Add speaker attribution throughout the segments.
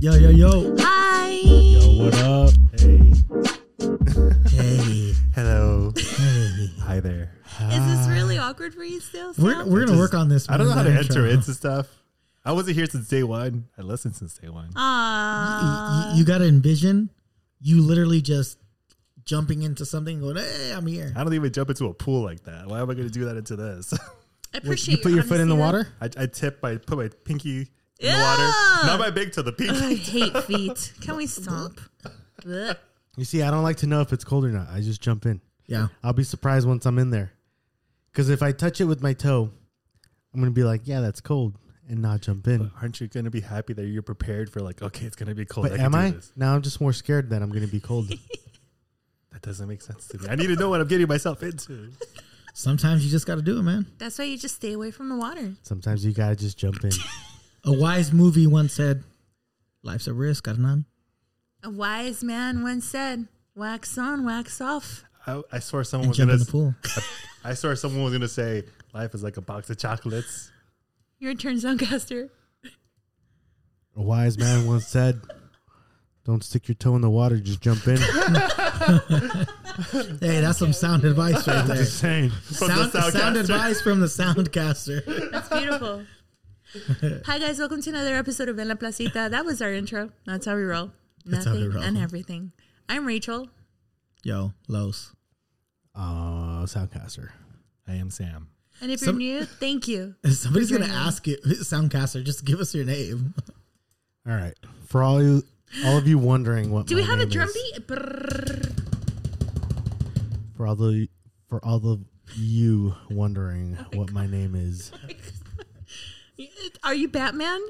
Speaker 1: Yo, yo, yo.
Speaker 2: Hi.
Speaker 1: Yo, what up?
Speaker 3: Hey.
Speaker 1: Hey,
Speaker 3: Hello.
Speaker 1: hey.
Speaker 3: Hi there.
Speaker 2: Is this really awkward for you still?
Speaker 1: We're,
Speaker 2: Sal?
Speaker 1: we're going to
Speaker 3: Just-
Speaker 1: work on this.
Speaker 3: I don't know
Speaker 1: more
Speaker 3: how to
Speaker 1: than
Speaker 3: enter
Speaker 1: intro.
Speaker 3: into stuff. I wasn't here since day one. I listened since day one.
Speaker 2: Uh,
Speaker 1: Y-
Speaker 2: Aw.
Speaker 1: y- you got to envision you literally just jumping into something and going, hey, I'm here.
Speaker 3: I don't even jump into a pool like that. Why am I going to do that into this?
Speaker 2: I
Speaker 4: Wait,
Speaker 2: appreciate
Speaker 4: you put your foot in the
Speaker 2: honesty,
Speaker 4: water?
Speaker 3: I, I tip. I put my pinky in the water.
Speaker 2: Yeah.
Speaker 3: Not my big toe. The
Speaker 2: though. Ugh,
Speaker 3: pinky.
Speaker 2: I hate feet. Can we stop? Ugh.
Speaker 4: You see, I don't like to know if it's cold or not. I just jump in.
Speaker 1: Yeah.
Speaker 4: I'll be surprised once I'm in there. Because if I touch it with my toe, I'm going to be like, yeah, that's cold, and not jump in.
Speaker 3: Aren't you going to be happy that you're prepared for like? Okay, it's going to be cold.
Speaker 4: But
Speaker 3: oh, can
Speaker 4: am
Speaker 3: do
Speaker 4: I?
Speaker 3: this.
Speaker 4: Now I'm just more scared that I'm going to be cold.
Speaker 3: That doesn't make sense to me. I need to know what I'm getting myself into.
Speaker 1: Sometimes you just got to do it, man.
Speaker 2: That's why you just stay away from the water.
Speaker 4: Sometimes you got to just jump in.
Speaker 1: A wise movie once said, life's a risk, Adnan.
Speaker 2: A wise man once said, "Wax on, wax off."
Speaker 3: I, I swear someone
Speaker 1: And
Speaker 3: was
Speaker 1: jump
Speaker 3: going
Speaker 1: in the
Speaker 3: to.
Speaker 1: pool.
Speaker 3: I swear someone was going to say life is like a box of chocolates.
Speaker 2: Your turn, Soundcaster.
Speaker 4: A wise man once said, don't stick your toe in the water, just jump in.
Speaker 1: Hey, that's some sound advice right there.
Speaker 4: Same.
Speaker 3: From
Speaker 1: Sound,
Speaker 3: the
Speaker 1: sound
Speaker 3: Soundcaster.
Speaker 1: advice from the soundcaster.
Speaker 2: That's beautiful. Hi guys, welcome to another episode of En La Placita. That was our intro. That's how we roll.
Speaker 1: That's how we
Speaker 2: Nothing
Speaker 1: roll.
Speaker 2: and everything. I'm Rachel.
Speaker 1: Yo, Los.
Speaker 4: Oh, Soundcaster.
Speaker 3: I am Sam.
Speaker 2: And if you're
Speaker 1: Some-
Speaker 2: new, thank you.
Speaker 1: Somebody's going to
Speaker 2: joining us.
Speaker 1: ask you, soundcaster, just give us your name.
Speaker 4: All right. For all you, all of you wondering what
Speaker 2: Do we
Speaker 4: my
Speaker 2: have a
Speaker 4: name
Speaker 2: drum
Speaker 4: is,
Speaker 2: beat? Brrrr.
Speaker 4: For all the for all of you wondering what my name is,
Speaker 2: Are you Batman?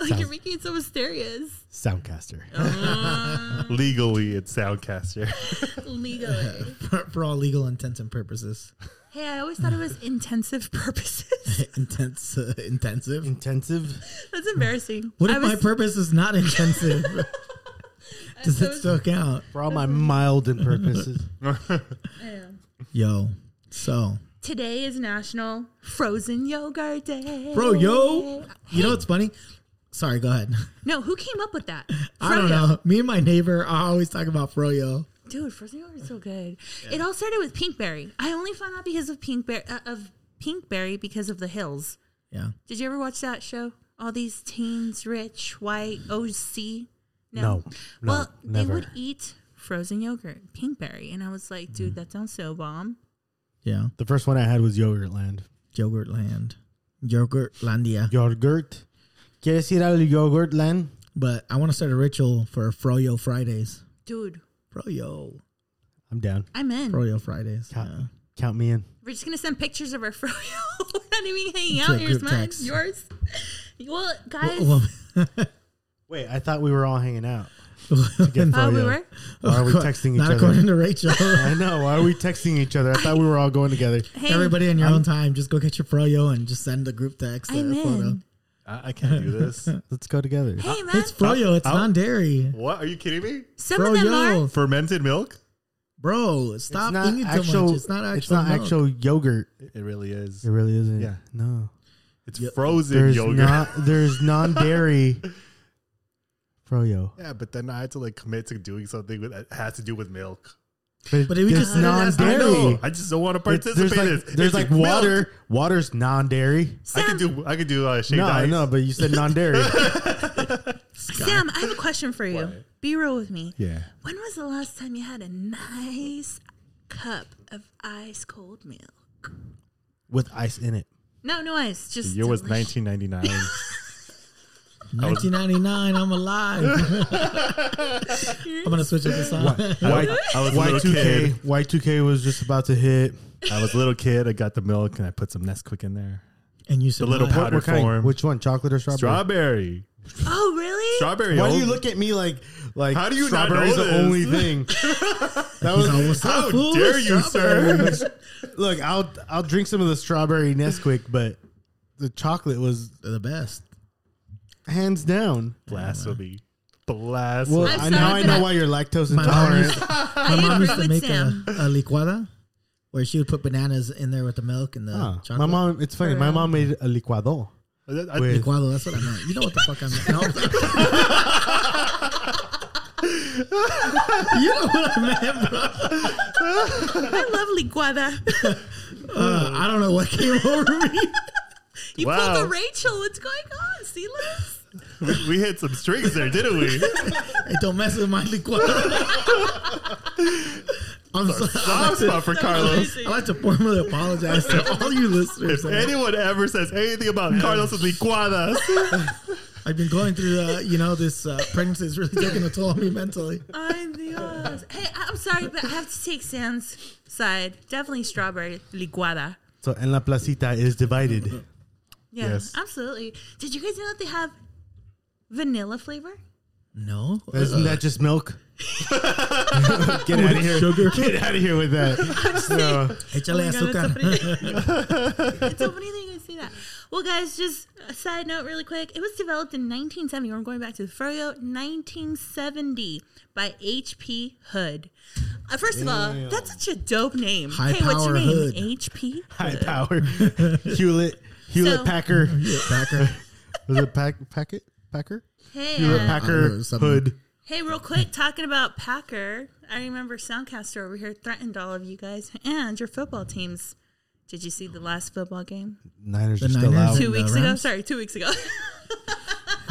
Speaker 2: Like
Speaker 4: Sounds-
Speaker 2: you're making it so mysterious.
Speaker 4: Soundcaster.
Speaker 3: Legally, it's Soundcaster.
Speaker 2: Legally.
Speaker 1: for, for all legal intents and purposes.
Speaker 2: hey, I always thought it was intensive purposes.
Speaker 1: Intense, uh,
Speaker 4: Mm.
Speaker 1: intensive.
Speaker 4: Intensive.
Speaker 2: That's embarrassing.
Speaker 1: What if
Speaker 2: I
Speaker 1: my
Speaker 2: was,
Speaker 1: purpose is not intensive? Does
Speaker 2: I
Speaker 1: it
Speaker 2: was-
Speaker 1: still count?
Speaker 4: For all my mild and purposes.
Speaker 2: Yeah.
Speaker 1: Yo, so
Speaker 2: Today is National Frozen Yogurt Day.
Speaker 1: bro,
Speaker 4: Oh,
Speaker 1: yo, you know what's funny? Sorry, go ahead.
Speaker 2: No, who came up with that?
Speaker 1: I don't
Speaker 2: Froyo.
Speaker 1: know. Me and my neighbor are always talking about froyo.
Speaker 2: Dude, frozen yogurt is so good. It all started with Pinkberry. I only found out because of Pinkberry uh, of Pinkberry because of the hills.
Speaker 1: Yeah,
Speaker 2: Did you ever watch that show? All these teens, rich, white, OC.
Speaker 4: No, no,
Speaker 2: well, they
Speaker 4: never.
Speaker 2: would eat frozen yogurt, Pinkberry, and I was like,
Speaker 1: Mm-hmm.
Speaker 2: dude, that sounds so bomb.
Speaker 1: yeah.
Speaker 4: The first one I had was Yogurtland.
Speaker 1: Yogurtland, Yogurtlandia.
Speaker 4: Yogurt. ¿Quieres ir al Yogurtland?
Speaker 1: But I want to start a ritual for froyo Fridays.
Speaker 2: Dude,
Speaker 1: Froyo,
Speaker 4: I'm down.
Speaker 2: I'm in.
Speaker 1: froyo Fridays.
Speaker 4: Count,
Speaker 1: Yeah.
Speaker 4: count me in.
Speaker 2: We're just gonna send pictures of our froyo. We're not even hanging
Speaker 1: Into a
Speaker 2: out. Here's
Speaker 1: group
Speaker 2: mine,
Speaker 1: text.
Speaker 2: yours. Well, guys,
Speaker 1: Well,
Speaker 4: Wait, I thought we were all hanging out.
Speaker 2: uh, we
Speaker 4: Froyo.
Speaker 2: were.
Speaker 4: Why are we
Speaker 1: Not
Speaker 4: texting each other?
Speaker 1: according to Rachel.
Speaker 4: I know. Why are we texting each other? I thought we were all going together.
Speaker 2: Hey,
Speaker 1: Everybody in your own time, just go get your froyo and just send the group text. the
Speaker 2: I'm
Speaker 1: photo.
Speaker 2: in.
Speaker 3: I, I can't do this.
Speaker 4: Let's go together.
Speaker 2: Hey, man.
Speaker 1: It's froyo. It's
Speaker 3: I'll-
Speaker 1: non dairy,
Speaker 3: What? Are you kidding me?
Speaker 2: Some of them are.
Speaker 1: froyo,
Speaker 3: Fermented milk?
Speaker 1: bro. Stop eating so much. It's not actual.
Speaker 4: It's not
Speaker 1: milk.
Speaker 4: actual yogurt.
Speaker 3: It really is.
Speaker 4: It really isn't.
Speaker 3: Yeah.
Speaker 4: No.
Speaker 3: It's frozen
Speaker 4: There's
Speaker 3: yogurt.
Speaker 4: not. There's non-dairy. Froyo.
Speaker 3: yeah, but then I had to like commit to doing something with- that has to do with milk.
Speaker 4: But,
Speaker 1: But
Speaker 4: but
Speaker 1: if we
Speaker 4: it's
Speaker 1: just- I
Speaker 3: I know.
Speaker 4: non-dairy.
Speaker 3: I just don't want to
Speaker 4: It's-
Speaker 3: participate
Speaker 4: There's
Speaker 3: in
Speaker 4: like,
Speaker 3: this.
Speaker 4: there's
Speaker 3: It's
Speaker 4: like
Speaker 3: milk.
Speaker 4: water. Water's non-dairy.
Speaker 3: I could
Speaker 2: Sam,
Speaker 3: do I could do uh shake
Speaker 4: No, I
Speaker 3: ice.
Speaker 4: know, but you said non-dairy.
Speaker 2: Sam, I have a question for you.
Speaker 3: What?
Speaker 2: Be real with me.
Speaker 3: Yeah.
Speaker 2: When was the last time you had a nice cup of ice cold milk?
Speaker 4: with ice in it.
Speaker 2: No, no ice.
Speaker 3: The
Speaker 2: Just
Speaker 3: year was
Speaker 2: delicious.
Speaker 3: 1999.
Speaker 1: 1999. I'm alive. I'm gonna switch up the song.
Speaker 4: Y,
Speaker 3: I was a little
Speaker 4: Y2K.
Speaker 3: kid.
Speaker 4: Y2K was just about to hit.
Speaker 3: I was a little kid. I got the milk and I put some Nesquik in there.
Speaker 1: And you said
Speaker 3: little
Speaker 1: what?
Speaker 3: pot. Powder
Speaker 4: what kind?
Speaker 3: form.
Speaker 4: Which one? Chocolate or strawberry?
Speaker 3: Strawberry.
Speaker 2: Oh, really?
Speaker 3: Strawberry.
Speaker 4: Why do you
Speaker 3: oh,
Speaker 4: look at me like like
Speaker 3: How do you not
Speaker 4: strawberry's
Speaker 3: know
Speaker 4: the
Speaker 3: this?
Speaker 4: only thing? That
Speaker 1: He's
Speaker 4: was
Speaker 1: all, "What's
Speaker 3: How
Speaker 1: up, fool?
Speaker 3: dare you, sir?
Speaker 4: Look, I'll I'll drink some of the strawberry Nesquik, but the chocolate was
Speaker 1: The best.
Speaker 4: hands down.
Speaker 3: Blasphemy. Blasphemy.
Speaker 4: Well,
Speaker 2: I'm
Speaker 4: I
Speaker 2: sorry,
Speaker 4: now I
Speaker 2: but
Speaker 4: know
Speaker 2: I-
Speaker 4: why you're lactose
Speaker 1: My mom used,
Speaker 4: intolerant.
Speaker 1: my
Speaker 2: I
Speaker 1: mom used to
Speaker 2: agree with
Speaker 1: make a,
Speaker 2: Sam.
Speaker 1: a licuada where she would put bananas in there with the milk and the
Speaker 4: Huh.
Speaker 1: chocolate.
Speaker 4: My Ah, mom, it's funny. My
Speaker 2: Correct.
Speaker 4: mom made a licuado,
Speaker 3: I- I-
Speaker 4: With-
Speaker 1: Guado, that's what I meant. You know what the fuck I meant. you know what I meant, bro.
Speaker 2: I love licuada.
Speaker 1: Uh, I don't know what came over me.
Speaker 2: you
Speaker 3: Wow.
Speaker 2: pulled a Rachel. What's going on, Silas?
Speaker 3: we, we hit some strings there, didn't we?
Speaker 1: Hey, don't mess with my licuado. I'm sorry. I
Speaker 3: Soft
Speaker 1: like, to,
Speaker 3: spot for Carlos.
Speaker 1: I like to formally apologize to all you listeners.
Speaker 3: If anyone ever says anything about Carlos' licuadas,
Speaker 1: I've been going through, uh, you know, this uh, pregnancy is really taking a toll on me mentally.
Speaker 2: Ay, Dios. Hey, I'm sorry, but I have to take Sam's side. Definitely strawberry licuada.
Speaker 4: So en la placita is divided.
Speaker 2: Yeah,
Speaker 3: Yes.
Speaker 2: absolutely. Did you guys know that they have vanilla flavor?
Speaker 1: No. Uh,
Speaker 4: Isn't that just milk? Get out of here!
Speaker 1: Sugar.
Speaker 4: Get out of here with that. No.
Speaker 1: Échale
Speaker 2: Oh my God,
Speaker 1: azúcar.
Speaker 2: it's so funny. it's so funny that you guys say that. Well, guys, just a side note, really quick. It was developed in 1970. We're going back to the furyo 1970 by H.P. Hood. Uh, first of all, that's such a dope name.
Speaker 1: High
Speaker 2: hey, what's
Speaker 1: power
Speaker 2: your name?
Speaker 1: Hood.
Speaker 2: H.P.
Speaker 4: High power. Hewlett. Hewlett
Speaker 2: So-
Speaker 4: Packer.
Speaker 1: Packer.
Speaker 4: Was it pack, Packet? Packer?
Speaker 2: Hey,
Speaker 4: Hewlett
Speaker 2: uh,
Speaker 4: Packer
Speaker 1: heard something.
Speaker 4: Hood.
Speaker 2: hey, real quick, talking about Packer. I remember Soundcaster over here threatened all of you guys and your football teams. Did you see the last football game?
Speaker 4: Niners
Speaker 1: The
Speaker 4: are still
Speaker 1: Niners.
Speaker 4: out.
Speaker 1: Dude.
Speaker 2: Two
Speaker 1: the
Speaker 2: weeks ago?
Speaker 1: Rams?
Speaker 2: Sorry, two weeks ago.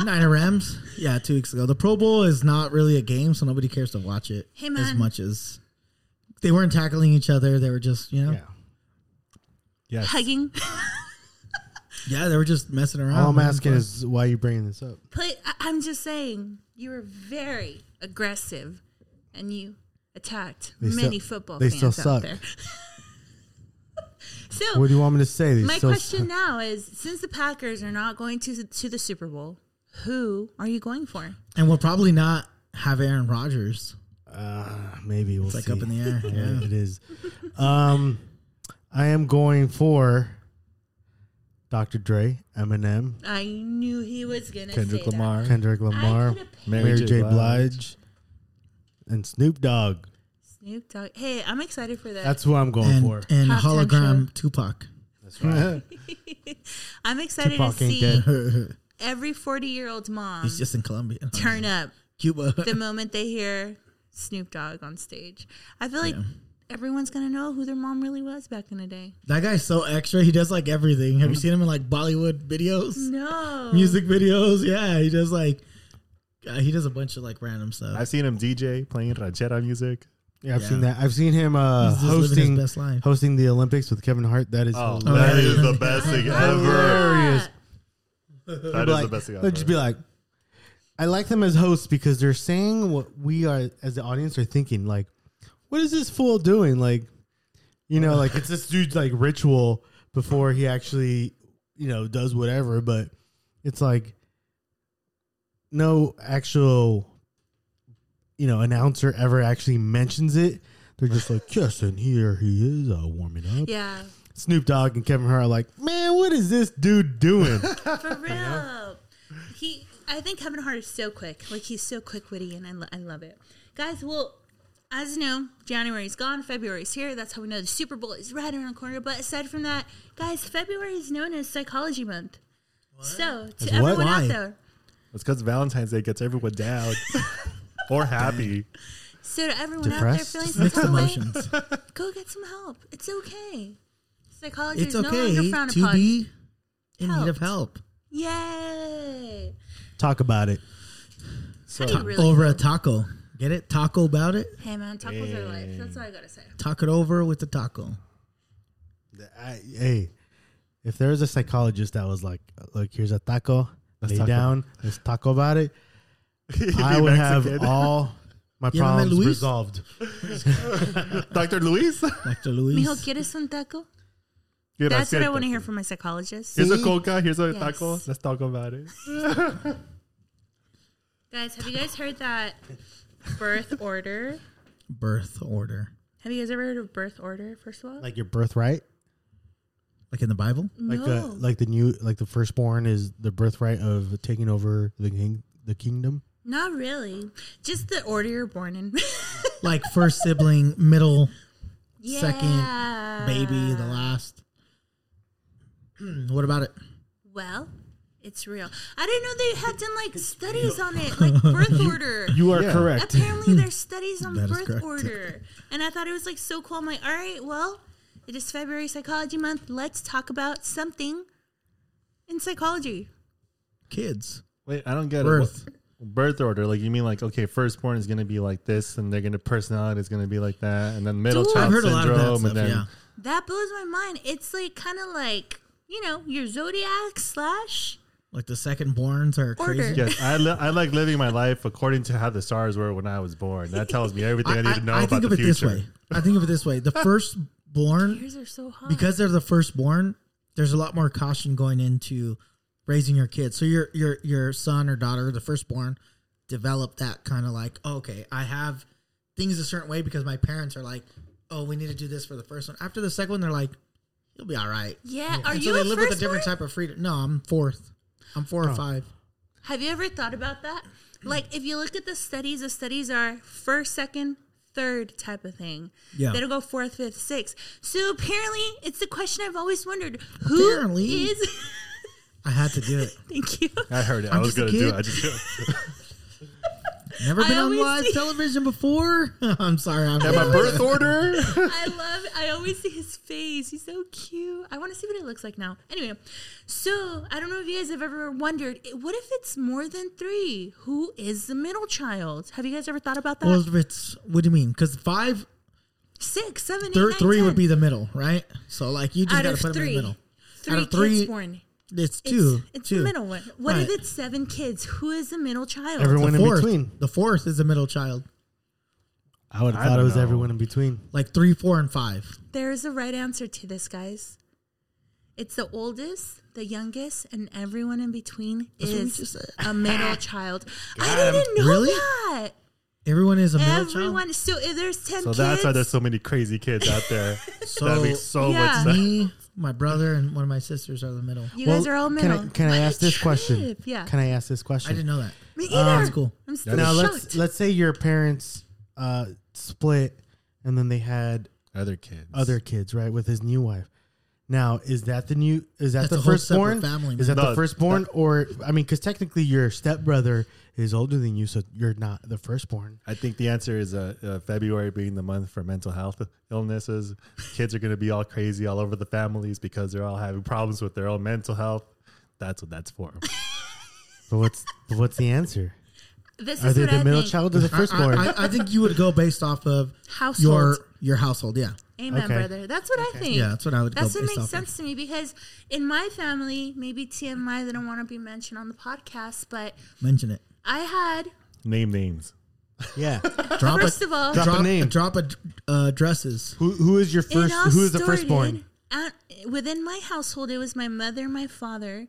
Speaker 1: Niner Rams. Yeah, two weeks ago. The Pro Bowl is not really a game, so nobody cares to watch it
Speaker 2: Hey,
Speaker 1: as
Speaker 2: man.
Speaker 1: much as they weren't tackling each other. They were just, you know,
Speaker 4: Yeah.
Speaker 1: yeah,
Speaker 4: Yes.
Speaker 2: Hugging.
Speaker 1: they were just messing around.
Speaker 4: All I'm
Speaker 1: having
Speaker 4: asking
Speaker 1: fun.
Speaker 4: is why you bringing this up.
Speaker 2: Play, I, I'm just saying, you were very aggressive, and you attacked
Speaker 4: They
Speaker 2: many
Speaker 4: still-
Speaker 2: football
Speaker 4: they
Speaker 2: fans
Speaker 4: still
Speaker 2: out
Speaker 4: suck.
Speaker 2: there. so,
Speaker 4: What do you want me to say? They
Speaker 2: my
Speaker 4: still
Speaker 2: question
Speaker 4: suck.
Speaker 2: now is: since the Packers are not going to to the Super Bowl, who are you going for?
Speaker 1: and we'll probably not have Aaron Rodgers.
Speaker 4: Uh, maybe we'll
Speaker 1: It's like
Speaker 4: see.
Speaker 1: up in the air.
Speaker 4: Yeah,
Speaker 1: Yeah.
Speaker 4: it is. Um, I am going for Dr. Dre, Eminem,
Speaker 2: I knew he was gonna
Speaker 3: Kendrick
Speaker 2: say that.
Speaker 3: Lamar,
Speaker 4: Kendrick
Speaker 2: I
Speaker 4: Lamar,
Speaker 2: could've picked
Speaker 4: Mary, J. Blige, and Snoop Dogg.
Speaker 2: Snoop Dogg. Hey, I'm excited for that.
Speaker 4: That's who I'm going
Speaker 1: And,
Speaker 4: for.
Speaker 1: and
Speaker 2: Top ten
Speaker 1: hologram Tupac.
Speaker 2: I'm excited
Speaker 4: Tupac
Speaker 2: to
Speaker 4: ain't
Speaker 2: see
Speaker 4: dead.
Speaker 1: He's
Speaker 2: every 40 year old mom
Speaker 1: just in Colombia.
Speaker 2: turn up.
Speaker 1: Cuba.
Speaker 2: the moment they hear Snoop Dogg on stage. I feel like everyone's gonna know who their mom really was back in the day.
Speaker 1: That guy's so extra. He does like everything. Have you
Speaker 4: Mm.
Speaker 1: seen him in like Bollywood videos?
Speaker 2: Mm. No,
Speaker 1: Music videos? Yeah. He does like, uh, he does a bunch of like random stuff.
Speaker 3: I've seen him DJ playing ranchera music.
Speaker 4: Yeah, I've
Speaker 1: Yeah.
Speaker 4: seen that. I've seen him uh,
Speaker 1: He's just living his
Speaker 4: hosting
Speaker 1: best life.
Speaker 4: hosting the Olympics with Kevin Hart. That is
Speaker 3: Oh,
Speaker 4: hilarious.
Speaker 3: that
Speaker 1: yeah.
Speaker 3: is the best thing ever.
Speaker 4: hilarious.
Speaker 3: That
Speaker 4: Be
Speaker 3: is the
Speaker 4: like-
Speaker 3: best thing ever.
Speaker 4: they'll just be like, I like them as hosts because they're saying what we are as the audience are thinking. Like, what is this fool doing? Like, you know, like it's this dude's like ritual before he actually, you know, does whatever. But it's like no actual, you know, announcer ever actually mentions it. They're just like, yes, and here he is uh, warming up.
Speaker 2: Yeah,
Speaker 4: Snoop Dogg and Kevin Hart are like, man, what is this dude doing?
Speaker 2: for real. He, I think Kevin Hart is so quick. Like he's so quick witty, and I, lo- I love it, guys. Well. As you know, January's gone, February's here. That's how we know the Super Bowl is right around the corner. But aside from that, guys, February is known as Psychology Month. So, to
Speaker 4: As what?
Speaker 2: everyone
Speaker 1: Why?
Speaker 2: out there,
Speaker 3: It's because Valentine's Day gets everyone down or happy.
Speaker 2: so to everyone
Speaker 4: Depressed?
Speaker 2: out there feeling some
Speaker 1: Mixed
Speaker 2: type of way,
Speaker 1: emotions.
Speaker 2: go get some help. It's okay. Psychology
Speaker 1: it's
Speaker 2: is no
Speaker 1: okay
Speaker 2: longer frowned
Speaker 1: to
Speaker 2: upon.
Speaker 1: be in need of
Speaker 2: Helped.
Speaker 1: help.
Speaker 2: Yay!
Speaker 4: Talk about it.
Speaker 3: So
Speaker 2: Hey, really
Speaker 1: over a taco. Get it? Taco about it?
Speaker 2: Hey man, tacos are life. That's all I gotta say.
Speaker 1: Talk it over with the taco.
Speaker 4: I, hey, if there was a psychologist that was like, "Look, here's a taco,
Speaker 3: Let's
Speaker 4: lay
Speaker 3: talk
Speaker 4: down, let's talk about it,"
Speaker 3: He'd be
Speaker 4: I would have
Speaker 3: Mexican.
Speaker 4: all my
Speaker 1: You know that
Speaker 4: problems
Speaker 1: Luis?
Speaker 4: resolved.
Speaker 3: Dr. Luis.
Speaker 1: Dr. Luis.
Speaker 2: Mijo, ¿quieres un taco?
Speaker 3: Mira,
Speaker 2: That's what I
Speaker 3: siéntate.
Speaker 2: want to hear from my psychologist.
Speaker 3: Here's a
Speaker 4: See?
Speaker 3: coca. Here's a
Speaker 2: Yes.
Speaker 3: taco. Let's talk about it.
Speaker 2: Guys, have you guys heard that birth order?
Speaker 1: Birth order.
Speaker 2: Have you guys ever heard of birth order? First of all,
Speaker 4: Like your birthright,
Speaker 1: Like in the Bible?
Speaker 2: no.
Speaker 4: like the like the new like the firstborn is the birthright of taking over the king, the kingdom.
Speaker 2: not really. Just the order you're born in.
Speaker 1: Like first sibling, middle,
Speaker 2: yeah.
Speaker 1: Second baby, the last. what about it?
Speaker 2: Well, It's real. I didn't know they had done like studies on it, like birth order.
Speaker 4: You are
Speaker 3: Yeah.
Speaker 4: correct.
Speaker 2: Apparently, there's studies on
Speaker 1: Hmm. That is
Speaker 2: birth
Speaker 1: correct.
Speaker 2: order, and I thought it was like so cool. I'm like, all right, well, it is February Psychology Month. Let's talk about something in psychology.
Speaker 1: Kids.
Speaker 3: Wait, I don't get
Speaker 1: Birth.
Speaker 3: it. What- Birth order, like you mean, like okay, firstborn is gonna be like this, and they're gonna personality is gonna be like that, and then middle
Speaker 2: Dude.
Speaker 3: child
Speaker 1: I've heard a lot
Speaker 3: syndrome,
Speaker 1: of that stuff.
Speaker 3: and then
Speaker 1: yeah.
Speaker 2: That blows my mind. It's like kind of like you know your zodiac slash.
Speaker 1: Like the second borns are crazy.
Speaker 2: Order.
Speaker 3: yes, I, li- I like living my life according to how the stars were when I was born. That tells me everything I, need to know about
Speaker 1: think
Speaker 3: the
Speaker 1: of it
Speaker 3: future.
Speaker 1: this way. I think of it this way. The firstborn,
Speaker 2: Yours are so hot.
Speaker 1: because they're the firstborn, there's a lot more caution going into raising your kids. So your your your son or daughter, the firstborn, develop that kind of like, okay, I have things a certain way because my parents are like, oh, we need to do this for the first one. After the second one, they're like, you'll be all right.
Speaker 2: yeah, are
Speaker 1: and
Speaker 2: you
Speaker 1: so they
Speaker 2: a
Speaker 1: live
Speaker 2: firstborn?
Speaker 1: with a different type of freedom. No, I'm fourth. I'm four
Speaker 4: Oh.
Speaker 1: or five.
Speaker 2: Have you ever thought about that? Like, if you look at the studies, the studies are first, second, third type of thing.
Speaker 1: Yeah.
Speaker 2: They don't go fourth, fifth, sixth. So apparently, it's the question I've always wondered. Who is?
Speaker 1: Apparently. I had to do it.
Speaker 2: thank you.
Speaker 3: I heard it. i
Speaker 1: I'm
Speaker 3: was
Speaker 1: just a
Speaker 3: gonna do it.
Speaker 1: kid.
Speaker 3: I just
Speaker 1: Never
Speaker 2: I
Speaker 1: been on
Speaker 2: always
Speaker 1: live
Speaker 2: see-
Speaker 1: television before. I'm sorry. I'm
Speaker 3: and my birth order.
Speaker 2: I love. I always see his face. He's so cute. I want to see what it looks like now. Anyway, so I don't know if you guys have ever wondered. i- What if it's more than three? Who is the middle child? Have you guys ever thought about that?
Speaker 1: Well, if it's what do you mean? Because five,
Speaker 2: Six, seven, eight,
Speaker 1: thir-
Speaker 2: nine,
Speaker 1: three would
Speaker 2: ten.
Speaker 1: be the middle, right? So like you just
Speaker 2: out
Speaker 1: got
Speaker 2: of
Speaker 1: to put them in
Speaker 2: three.
Speaker 1: the middle.
Speaker 2: Three
Speaker 1: Out of
Speaker 2: kids
Speaker 1: three,
Speaker 2: born.
Speaker 1: It's
Speaker 2: It's-
Speaker 1: two.
Speaker 2: It's
Speaker 1: two.
Speaker 2: the middle one. What if
Speaker 1: Right.
Speaker 2: it's seven kids? Who is the middle child?
Speaker 4: Everyone-
Speaker 1: The
Speaker 4: One in
Speaker 1: fourth,
Speaker 4: between.
Speaker 1: the fourth is the middle child,
Speaker 4: I would
Speaker 3: I
Speaker 4: have thought it
Speaker 3: don't
Speaker 4: was
Speaker 3: know.
Speaker 4: everyone in between.
Speaker 1: like three, four, and five.
Speaker 2: There is a right answer to this, guys. It's the oldest, the youngest, and everyone in between
Speaker 1: That's what we just
Speaker 2: is
Speaker 1: said.
Speaker 2: a middle child. I didn't know
Speaker 1: Really?
Speaker 2: that.
Speaker 1: Everyone is a middle
Speaker 2: Everyone. So if there's ten
Speaker 3: So
Speaker 2: kids,
Speaker 3: that's why there's so many crazy kids out there.
Speaker 1: So-
Speaker 3: that makes so
Speaker 2: Yeah.
Speaker 3: much
Speaker 1: child.
Speaker 3: sense.
Speaker 1: Me, my brother, and one of my sisters are the middle.
Speaker 2: you
Speaker 4: Well,
Speaker 2: guys are all
Speaker 4: can I-
Speaker 2: middle.
Speaker 4: Can I,
Speaker 2: What a
Speaker 4: ask this question?
Speaker 2: trip. Yeah.
Speaker 4: Can I ask this
Speaker 1: I
Speaker 4: question?
Speaker 1: didn't know that.
Speaker 2: Me either.
Speaker 4: Um,
Speaker 1: That's cool.
Speaker 2: I'm still
Speaker 4: Now
Speaker 2: shocked.
Speaker 4: let's let's say your parents uh, split and then they had
Speaker 3: Other kids.
Speaker 4: other kids, right, with his new wife. Now, is that the new? Is that
Speaker 1: That's
Speaker 4: the
Speaker 1: a whole separate
Speaker 4: firstborn?
Speaker 1: family,
Speaker 4: Is that
Speaker 3: man.
Speaker 4: the
Speaker 3: No,
Speaker 4: firstborn, or I mean, because technically your stepbrother is older than you, so you're not the firstborn.
Speaker 3: I think the answer is uh, uh, February being the month for mental health illnesses. Kids are going to be all crazy all over the families because they're all having problems with their own mental health. That's what that's for.
Speaker 4: But what's but what's the answer?
Speaker 2: this
Speaker 4: Are
Speaker 2: is
Speaker 4: they
Speaker 2: what
Speaker 4: the
Speaker 2: I
Speaker 4: middle
Speaker 2: think.
Speaker 4: child or the
Speaker 1: I,
Speaker 4: firstborn?
Speaker 1: I- I think you would go based off of
Speaker 2: Household.
Speaker 1: your your household. Yeah,
Speaker 2: Amen,
Speaker 4: Okay.
Speaker 2: brother. That's what I think.
Speaker 1: yeah, that's what I would.
Speaker 2: That's
Speaker 1: go
Speaker 2: what
Speaker 1: based
Speaker 2: makes
Speaker 1: off of.
Speaker 2: sense to me because in my family, maybe TMI, they don't want to be mentioned on the podcast, but
Speaker 1: Mention it.
Speaker 2: I had,
Speaker 3: Name names.
Speaker 4: yeah.
Speaker 1: Drop
Speaker 2: first
Speaker 1: a,
Speaker 2: of all,
Speaker 4: Drop a
Speaker 1: drop
Speaker 4: name.
Speaker 1: Drop a uh, dresses.
Speaker 4: Who who is your
Speaker 2: it
Speaker 4: first?
Speaker 2: all
Speaker 4: Who is the
Speaker 2: started
Speaker 4: firstborn?
Speaker 2: At, within my household, it was my mother, my father,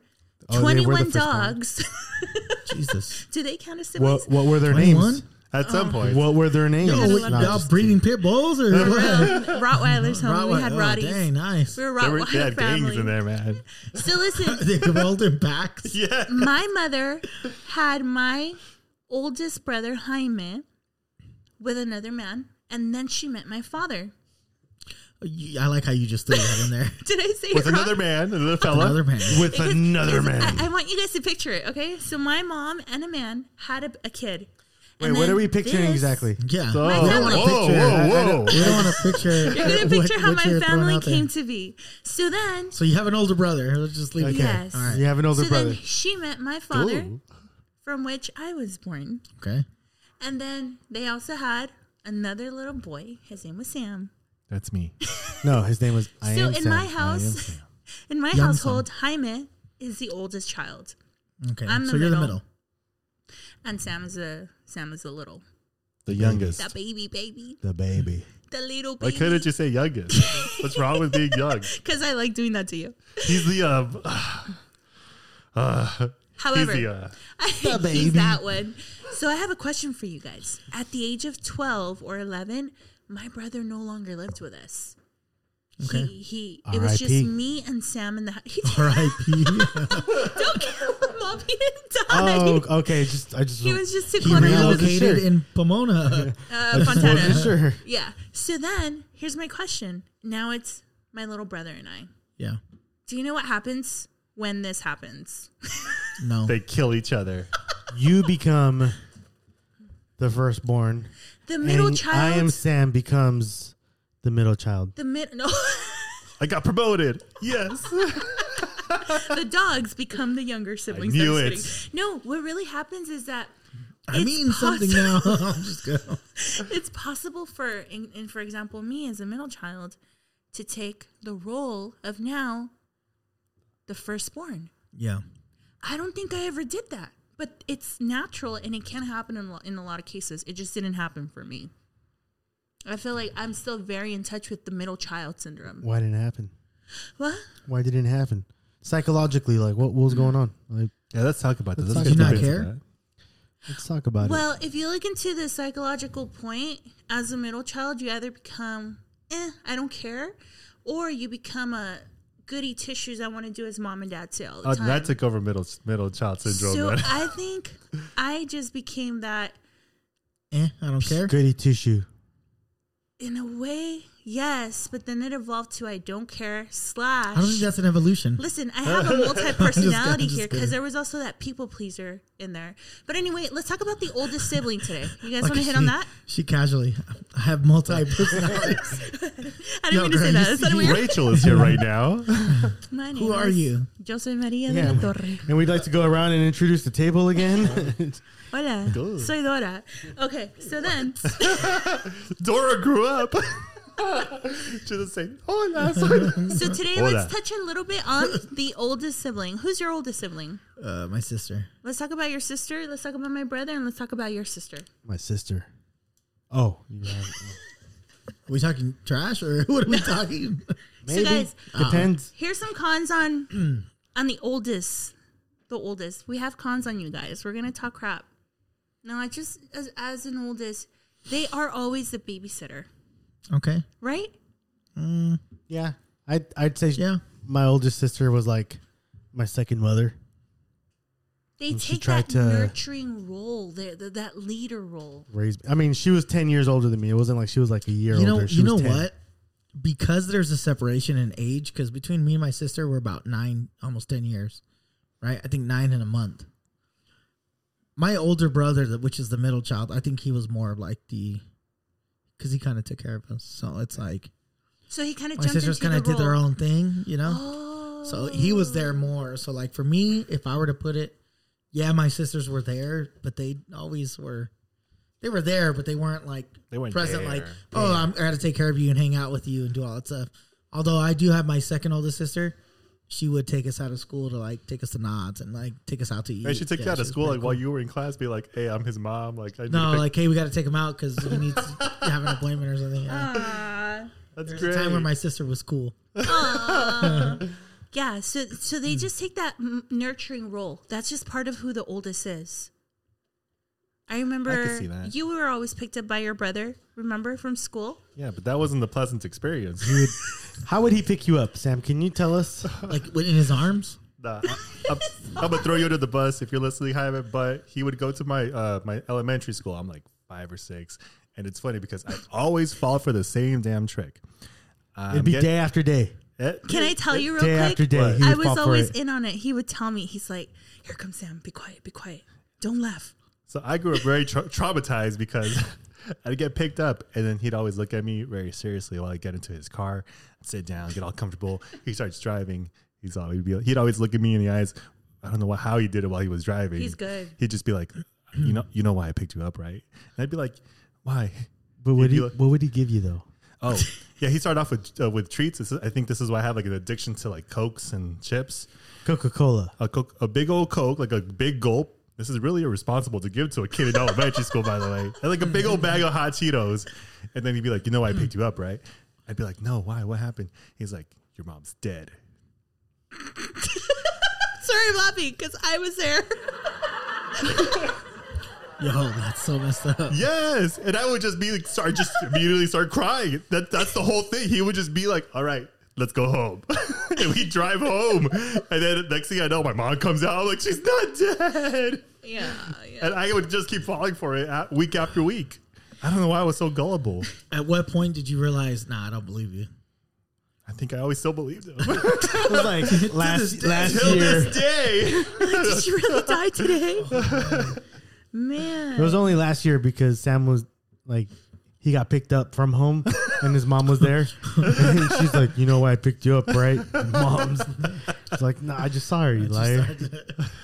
Speaker 4: Oh, they were the
Speaker 2: 21
Speaker 4: firstborn.
Speaker 2: dogs.
Speaker 1: Jesus.
Speaker 2: Do they count as siblings?
Speaker 4: What what were their
Speaker 1: 21?
Speaker 4: names?
Speaker 3: At some point,
Speaker 4: What were their names?
Speaker 1: Oh, wait,
Speaker 2: Not
Speaker 1: y'all
Speaker 4: just
Speaker 1: breeding pit bulls or
Speaker 2: For
Speaker 1: what?
Speaker 2: real. um, Rottweilers, homie. We
Speaker 1: Rottweiler-
Speaker 2: had
Speaker 1: oh,
Speaker 2: Rotties.
Speaker 1: Dang, nice.
Speaker 2: We were
Speaker 3: there were
Speaker 2: Rottweiler
Speaker 3: they had gangs
Speaker 2: family.
Speaker 3: in there, man.
Speaker 2: So listen,
Speaker 1: they rolled their backs.
Speaker 3: Yeah.
Speaker 2: my mother had my oldest brother Jaime with another man, and then she met my father.
Speaker 1: Oh, You- I like how you just threw that in there.
Speaker 2: Did I say
Speaker 3: With
Speaker 2: it wrong?
Speaker 3: another man, another fella.
Speaker 1: Another man.
Speaker 4: With
Speaker 2: Because-
Speaker 4: another
Speaker 2: because
Speaker 4: man.
Speaker 2: I, I want you guys to picture it, okay? So my mom and a man had a, a kid.
Speaker 4: Wait,
Speaker 2: And
Speaker 4: what
Speaker 2: then
Speaker 4: are we picturing
Speaker 2: this-
Speaker 4: exactly?
Speaker 1: Yeah.
Speaker 3: So,
Speaker 1: we don't want
Speaker 2: family-
Speaker 1: to
Speaker 3: whoa,
Speaker 1: picture.
Speaker 3: whoa,
Speaker 1: We
Speaker 3: whoa.
Speaker 1: don't want to picture.
Speaker 2: You're gonna
Speaker 1: what-
Speaker 2: picture how
Speaker 1: what
Speaker 2: my
Speaker 1: you're throwing
Speaker 2: family
Speaker 1: out there.
Speaker 2: came to be. So then,
Speaker 1: So you have an older brother. Let's just leave it. there.
Speaker 2: yes.
Speaker 1: All right.
Speaker 4: You have an older
Speaker 2: so
Speaker 4: brother.
Speaker 2: then she met my father,
Speaker 3: Ooh.
Speaker 2: from which I was born.
Speaker 1: Okay.
Speaker 2: And then they also had another little boy. His name was Sam.
Speaker 3: That's me.
Speaker 4: No, his name was. I
Speaker 2: so
Speaker 4: am
Speaker 2: in
Speaker 4: Sam.
Speaker 2: my
Speaker 4: I am
Speaker 2: house,
Speaker 4: Sam.
Speaker 2: in my
Speaker 1: Young
Speaker 2: household, Jaime is the oldest child,
Speaker 1: Okay.
Speaker 2: I'm the
Speaker 1: so you're the
Speaker 2: middle.
Speaker 1: middle.
Speaker 2: and Sam is the Sam is the little
Speaker 3: The youngest.
Speaker 2: the baby baby
Speaker 4: the baby.
Speaker 2: the little
Speaker 3: Why
Speaker 2: baby.
Speaker 3: couldn't you say youngest? What's wrong with being young?
Speaker 2: Because I like doing that to you.
Speaker 3: He's the uh, uh he's
Speaker 2: However,
Speaker 3: the uh,
Speaker 2: I think
Speaker 4: baby.
Speaker 2: he's that one. So I have a question for you guys. At the age of twelve or eleven, my brother no longer lived with us.
Speaker 1: Okay.
Speaker 2: He, he it was just
Speaker 4: R.I.P..
Speaker 2: me and Sam in the house. He
Speaker 1: R.I.P.
Speaker 2: don't kill him, mom. He didn't die.
Speaker 4: Oh, okay. Just I just
Speaker 2: He was just too
Speaker 1: He
Speaker 2: clever. He was
Speaker 1: relocated
Speaker 4: sure.
Speaker 1: in Pomona.
Speaker 2: uh,
Speaker 4: wasn't
Speaker 2: Fontana.
Speaker 4: sure.
Speaker 2: Yeah. So then, here's my question. Now it's my little brother and I.
Speaker 1: yeah.
Speaker 2: Do you know what happens when this happens.
Speaker 1: No.
Speaker 3: They kill each other.
Speaker 4: You become the firstborn.
Speaker 2: The middle
Speaker 4: and
Speaker 2: child.
Speaker 4: I am Sam becomes the middle child.
Speaker 2: the mid. No.
Speaker 3: I got promoted. Yes.
Speaker 2: the dogs become the younger siblings.
Speaker 3: knew
Speaker 2: I'm
Speaker 3: it.
Speaker 2: just kidding. No, what really happens is that
Speaker 1: I
Speaker 2: It's
Speaker 1: mean something now. I'm just going.
Speaker 2: it's possible for, and, and for example, me as a middle child, to take the role of now the firstborn.
Speaker 1: Yeah.
Speaker 2: I don't think I ever did that, but it's natural and it can happen in, lo- in a lot of cases. It just didn't happen for me. I feel like I'm still very in touch with the middle child syndrome.
Speaker 4: Why didn't it happen?
Speaker 2: What?
Speaker 4: Why didn't it happen? Psychologically, like what, what was going on? Like
Speaker 3: Yeah, let's talk about this.
Speaker 4: Let's
Speaker 3: Let's
Speaker 4: talk
Speaker 3: get
Speaker 4: about
Speaker 3: deep
Speaker 1: it.
Speaker 3: into
Speaker 1: Do you
Speaker 3: that.
Speaker 4: let's talk about it.
Speaker 2: Well, if you look into the psychological point, as a middle child, you either become, eh, I don't care, or you become a goody tissues, I want to do as mom and dad say all the
Speaker 1: Uh,
Speaker 3: Oh,
Speaker 2: time.
Speaker 3: that took over middle middle child syndrome.
Speaker 2: so
Speaker 3: man.
Speaker 2: I think I just became that
Speaker 1: Eh, I don't care.
Speaker 4: Goody tissue.
Speaker 2: in a way, yes, but then it evolved to I don't care
Speaker 1: I don't think
Speaker 2: slash.
Speaker 1: that's an evolution.
Speaker 2: Listen, I have a multi
Speaker 1: I'm
Speaker 2: personality
Speaker 1: just
Speaker 2: here because
Speaker 1: kidding.
Speaker 2: there was also that people pleaser in there. But anyway, let's talk about the oldest sibling today. You guys
Speaker 1: Like,
Speaker 2: want to hit
Speaker 1: she-
Speaker 2: on that?
Speaker 1: She casually. I have multi personalities.
Speaker 2: I didn't
Speaker 1: No,
Speaker 2: mean to
Speaker 1: girl,
Speaker 2: say that.
Speaker 1: you
Speaker 2: Is that
Speaker 1: see-
Speaker 2: weird?
Speaker 3: Rachel is here right now.
Speaker 2: My name
Speaker 1: Who are
Speaker 2: is
Speaker 1: you?
Speaker 2: Yo soy María
Speaker 4: Yeah.
Speaker 2: de la Torre.
Speaker 4: And we'd like to go around and introduce the table again.
Speaker 2: Hola, soy Dora. Okay, so then,
Speaker 3: Dora grew up. She's the same. Oh, that's what-
Speaker 2: so today
Speaker 3: Hola.
Speaker 2: let's touch a little bit on the oldest sibling. Who's your oldest sibling?
Speaker 1: Uh, my sister.
Speaker 2: Let's talk about your sister. Let's talk about my brother, and let's talk about your sister.
Speaker 4: My sister. Oh, you have-
Speaker 1: Are we talking trash or what are we talking?
Speaker 4: maybe
Speaker 2: guys- uh-huh.
Speaker 4: depends.
Speaker 2: Here's some cons on on the oldest, the oldest. We have cons on you guys. We're gonna talk crap. No, I just as as an oldest, they are always the babysitter,
Speaker 1: okay.
Speaker 2: right?
Speaker 4: Yeah, I I'd say
Speaker 1: Yeah.
Speaker 4: my oldest sister was like my second mother.
Speaker 2: They
Speaker 4: And she
Speaker 2: take that
Speaker 4: tried to-
Speaker 2: nurturing role, the, the, that leader role.
Speaker 4: Raised. I mean, she was ten years older than me. It wasn't like she was like a year
Speaker 1: You know.
Speaker 4: older. She
Speaker 1: you know
Speaker 4: was 10.
Speaker 1: what? Because there's a separation in age. Because between me and my sister, we're about nine, almost ten years, right? I think nine in a month. My older brother, that- which is the middle child, I think he was more of like the, because he kind of took care of us. So it's like
Speaker 2: So he kind of
Speaker 1: my
Speaker 2: jumped
Speaker 1: sisters
Speaker 2: into
Speaker 1: kind
Speaker 2: the
Speaker 1: of did their
Speaker 2: role.
Speaker 1: own thing, you know.
Speaker 2: Oh.
Speaker 1: So he was there more. So like for me, if I were to put it, yeah, my sisters were there, but they always were. They were there, but they weren't like
Speaker 3: They weren't
Speaker 1: present.
Speaker 3: there.
Speaker 1: Like, oh, I'm I got to take care of you and hang out with you and do all that stuff. Although I do have my second oldest sister, she would take us out of school to like take us to nods and like take us out to eat.
Speaker 3: And she took
Speaker 1: Yeah,
Speaker 3: you out of
Speaker 1: was
Speaker 3: school
Speaker 1: pretty
Speaker 3: like while you were in class. Be like, hey, I'm his mom. Like, I need
Speaker 1: No,
Speaker 3: to pick-
Speaker 1: like hey, we got to take him out because he needs to have an appointment or something. Yeah.
Speaker 2: Ah.
Speaker 3: that's
Speaker 1: There's
Speaker 3: great.
Speaker 1: a time where my sister was cool.
Speaker 2: yeah. So so they just take that m- nurturing role. That's just part of who the oldest is. I remember
Speaker 3: see that.
Speaker 2: you were always picked up by your brother. Remember from school?
Speaker 3: yeah, but that wasn't the pleasant experience.
Speaker 4: He would- how would he pick you up, Sam? Can you tell us?
Speaker 3: Uh.
Speaker 1: Like in his arms.
Speaker 3: Nah, I, am gonna throw you under the bus if you're listening, Hyman. But he would go to my uh, my elementary school. I'm like five or six, and it's funny because I always fall for the same damn trick. I'm
Speaker 4: It'd be
Speaker 3: get-
Speaker 4: day after day,
Speaker 3: eh,
Speaker 2: Can I tell you real
Speaker 4: day
Speaker 2: quick?
Speaker 4: after day. He
Speaker 2: I
Speaker 4: would
Speaker 2: was
Speaker 4: fall for
Speaker 2: always
Speaker 4: it.
Speaker 2: in on it. He would tell me, he's like, "Here comes Sam. Be quiet. Be quiet. Don't laugh."
Speaker 3: So I grew up very tra- traumatized because I'd get picked up, and then he'd always look at me very seriously while I get into his car, sit down, get all comfortable. He starts driving. He's always be, he'd always look at me in the eyes. I don't know why, how he did it while he was driving.
Speaker 2: He's good.
Speaker 3: He'd just be like, you know, you know why I picked you up, right? And I'd be like, why?
Speaker 4: but would
Speaker 3: He'd
Speaker 4: he?
Speaker 3: be like-
Speaker 4: What would he give you though?
Speaker 3: Oh, yeah. He started off with uh, with treats. This is, I think this is why I have like an addiction to like cokes and chips.
Speaker 4: Coca Cola.
Speaker 3: A coke, a big old coke, like a big gulp. This is really irresponsible to give to a kid in elementary school, by the way. And like a big old bag of hot Cheetos, and then he'd be like, "You know, I picked you up, right?" I'd be like, "No, why? What happened?" He's like, "Your mom's dead."
Speaker 2: Sorry, I'm laughing because I was there.
Speaker 1: Yo, that's so messed up.
Speaker 3: Yes, and I would just be like, start just immediately start crying. That that's the whole thing. He would just be like, "All right, let's go home," and we drive home. And then next thing I know, my mom comes out. I'm like, "She's not dead,"
Speaker 2: yeah, yeah.
Speaker 3: and I would just keep falling for it uh, week after week. I don't know why I was so gullible.
Speaker 1: At what point did you realize, nah, I don't believe you?
Speaker 3: I I think I always still believed him.
Speaker 4: It was like last last
Speaker 3: Till
Speaker 4: year.
Speaker 3: this day.
Speaker 2: Like, did she really die today? Man.
Speaker 4: Oh, It was only last year because Sam was like, he got picked up from home, and his mom was there, and she's like, "You know why I picked you up, right?" Mom's. It's like, "Nah, I just saw her, you liar."